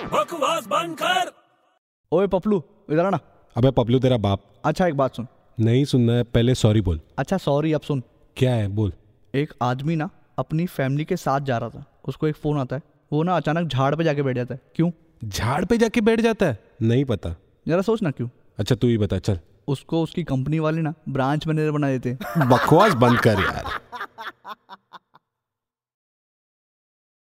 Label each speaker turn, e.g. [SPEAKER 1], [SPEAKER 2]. [SPEAKER 1] आवाज बंद कर
[SPEAKER 2] ओए पपलू इधर आना
[SPEAKER 3] अबे पपलू तेरा बाप
[SPEAKER 2] अच्छा एक बात सुन
[SPEAKER 3] नहीं सुनना है पहले सॉरी बोल
[SPEAKER 2] अच्छा सॉरी अब सुन
[SPEAKER 3] क्या है बोल
[SPEAKER 2] एक आदमी ना अपनी फैमिली के साथ जा रहा था उसको एक फ़ोन आता है वो ना अचानक झाड़ पे जाके बैठ जाता है क्यों
[SPEAKER 3] झाड़ पे जाके बैठ जाता है नहीं पता
[SPEAKER 2] जरा सोच ना क्यों
[SPEAKER 3] अच्छा तू ही बता चल
[SPEAKER 2] उसको उसकी कंपनी वाले ना ब्रांच मैनेजर बना देते हैं
[SPEAKER 3] बकवास बंद कर यार